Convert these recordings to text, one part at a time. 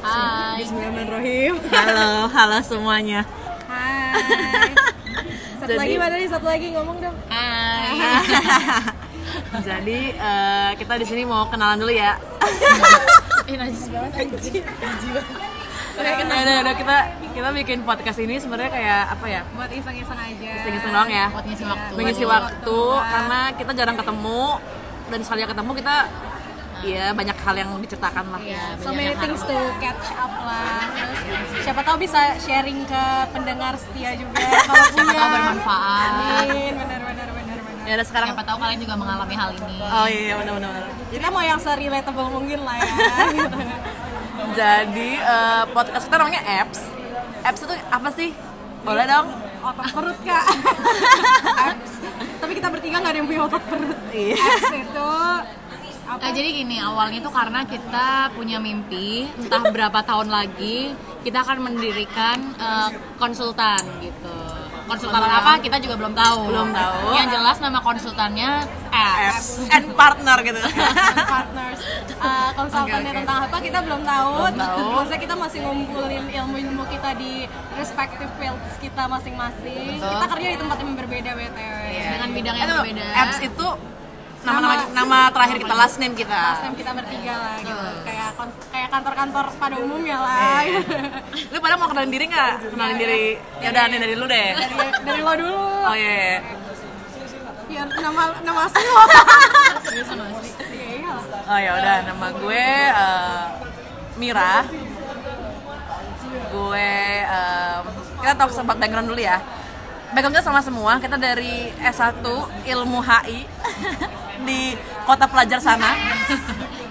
Hai. Bismillahirrahmanirrahim. Halo, halo semuanya. Hai. Satu Jadi- lagi mana nih? Satu lagi ngomong dong. Hai. Jadi eh, kita di sini mau kenalan dulu ya. Ih, najis banget. Oke, udah, udah, kita kita bikin podcast ini sebenarnya kayak apa ya? Buat iseng-iseng aja. Iseng-iseng doang ya. Buat ngisi waktu. Mengisi waktu karena kita jarang ketemu dan sekali ketemu kita ya banyak hal yang diceritakan lah. Iya, So banyak many yang things harus- to catch up lah. Terus siapa tahu bisa sharing ke pendengar setia juga kalau Siapa punya. tahu bermanfaat. Amin. Benar benar benar benar. Ya udah sekarang Siapa tahu kalian juga mengalami hal ini. Oh iya benar benar. benar. Kita mau yang se-relatable mungkin lah ya. gitu. Jadi eh, podcast kita namanya apps. Apps itu apa sih? Boleh dong. Otot perut kak. Abs. Tapi kita bertiga nggak ada yang punya otot perut. Iya. Abs itu apa? Nah, jadi gini, awalnya tuh karena kita punya mimpi, entah berapa tahun lagi kita akan mendirikan eh, konsultan gitu. Konsultan apa kita juga belum tahu. Belum tahu. Yang jelas nama konsultannya apps. Apps and partner gitu. partners uh, Oke, konsultannya oke. tentang apa kita belum tahu. Belum tahu. Maksudnya kita masih ngumpulin ilmu-ilmu kita di respective fields kita masing-masing. Betul. Kita kerja di tempat yang berbeda btw. Dengan bidang yang Eh, tuh, berbeda. Apps itu nama nama Nama- nama terakhir kita last name kita. Last time kan kita bertiga lah gitu. Kayak kon- kayak kantor-kantor pada umumnya lah. Iya. Lu pada mau kenalin diri nggak? Kenalin diri. Ya udah nih dari lu deh. dari, dari lo dulu. Oh iya. iya. Ya nama nama asli lo. Serius sama asli. Iya, iyalah. Oh ya udah nama gue eh, Mira. Gue eh, kita tahu sempat background dulu ya. Background kita sama semua. Kita dari S1 Ilmu HI di kota pelajar sana.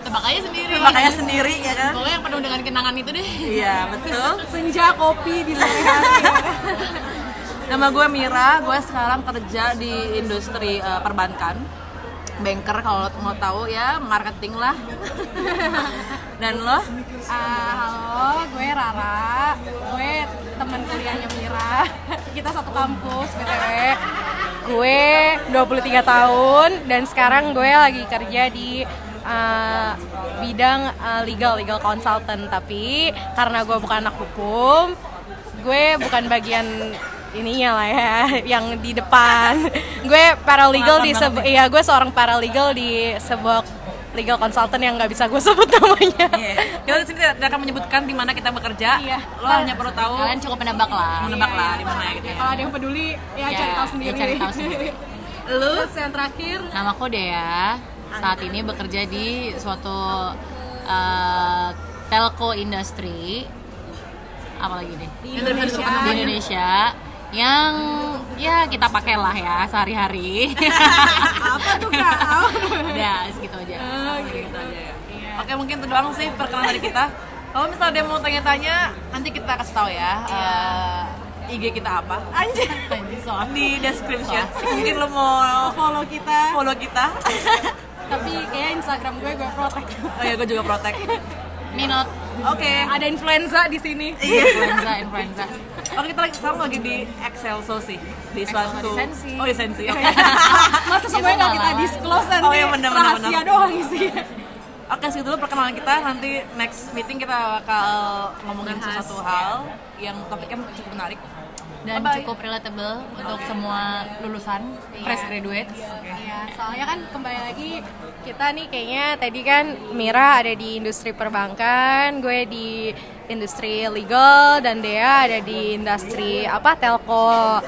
Tebak aja sendiri. Makanya sendiri ya kan. Pokoknya yang penuh dengan kenangan itu deh. Iya, betul. Senja kopi di sore hari. Nama gue Mira, gue sekarang kerja di industri eh, perbankan. Banker kalau mau tahu ya, marketing lah. Dan lo? Ah, halo, gue Rara. Gue temen kuliahnya Mira. Kita satu kampus, BTW. Gue 23 tahun dan sekarang gue lagi kerja di uh, bidang uh, legal legal consultant tapi karena gue bukan anak hukum, gue bukan bagian ininya lah ya yang di depan. gue paralegal di sebu- iya gue seorang paralegal di sebuah legal consultant yang nggak bisa gue sebut namanya. iya, Kita di sini tidak tidak akan menyebutkan di mana kita bekerja. Iya. Lo hanya perlu tahu Kalian cukup menebak lah. menebak Iya, lah iya. di mana gitu ya. Kalau ada yang peduli, ya Ya, cari tahu ya sendiri. cari tahu sendiri. Lu? Terus yang terakhir, Nama aku Dea. Saat ini bekerja di suatu eh, telco industri. Apalagi deh di Yang terakhir Indonesia. disebutkan di Indonesia yang ya kita pakailah ya sehari-hari. Apa tuh kak? Udah segitu aja. Oh, gitu. ya. Oke, mungkin itu doang sih perkenalan dari kita. Kalau misalnya ada yang mau tanya-tanya, nanti kita kasih tahu ya. Iya. eh, IG kita apa? Anjir. Anjir, soal. Di description. Mungkin lo mau Follow kita, follow kita. tapi kayak Instagram gue gue protect. Oh ya, gue juga protek. Minot Oke. Ada influenza di sini. influenza influenza. Oke, kita lagi sekarang lagi di Excelso sih. Di suatu di Sensi. Oh, di Sensi. Oke. Masa semuanya nggak kita Itu disclose nanti? Oh, iya, bener, bener, rahasia bener. doang isinya. Oke, segitu dulu perkenalan kita. Nanti next meeting kita bakal ngomongin Bahas, ya. sesuatu hal yang topiknya cukup menarik. dan Bye-bye. cukup relatable untuk semua lulusan fresh graduate. Iya, soalnya kan kembali lagi kita nih kayaknya tadi kan Mira ada di industri perbankan, gue di industri legal dan Dea ada di industri apa telco.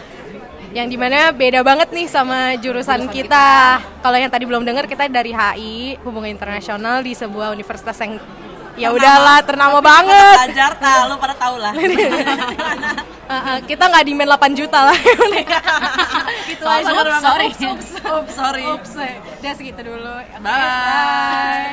Yang dimana beda banget nih sama jurusan kita. Kalau yang tadi belum dengar kita dari HI Hubungan Internasional di sebuah universitas yang ya udahlah ternama banget. Belajar, nah lu pada tau lah. Eh, eh, kita nggak demand 8 juta lah. ya Itu Sorry, Gitu aja. sorry. Ups, ups, Sorry. Ups, udah segitu dulu. Oke, Bye.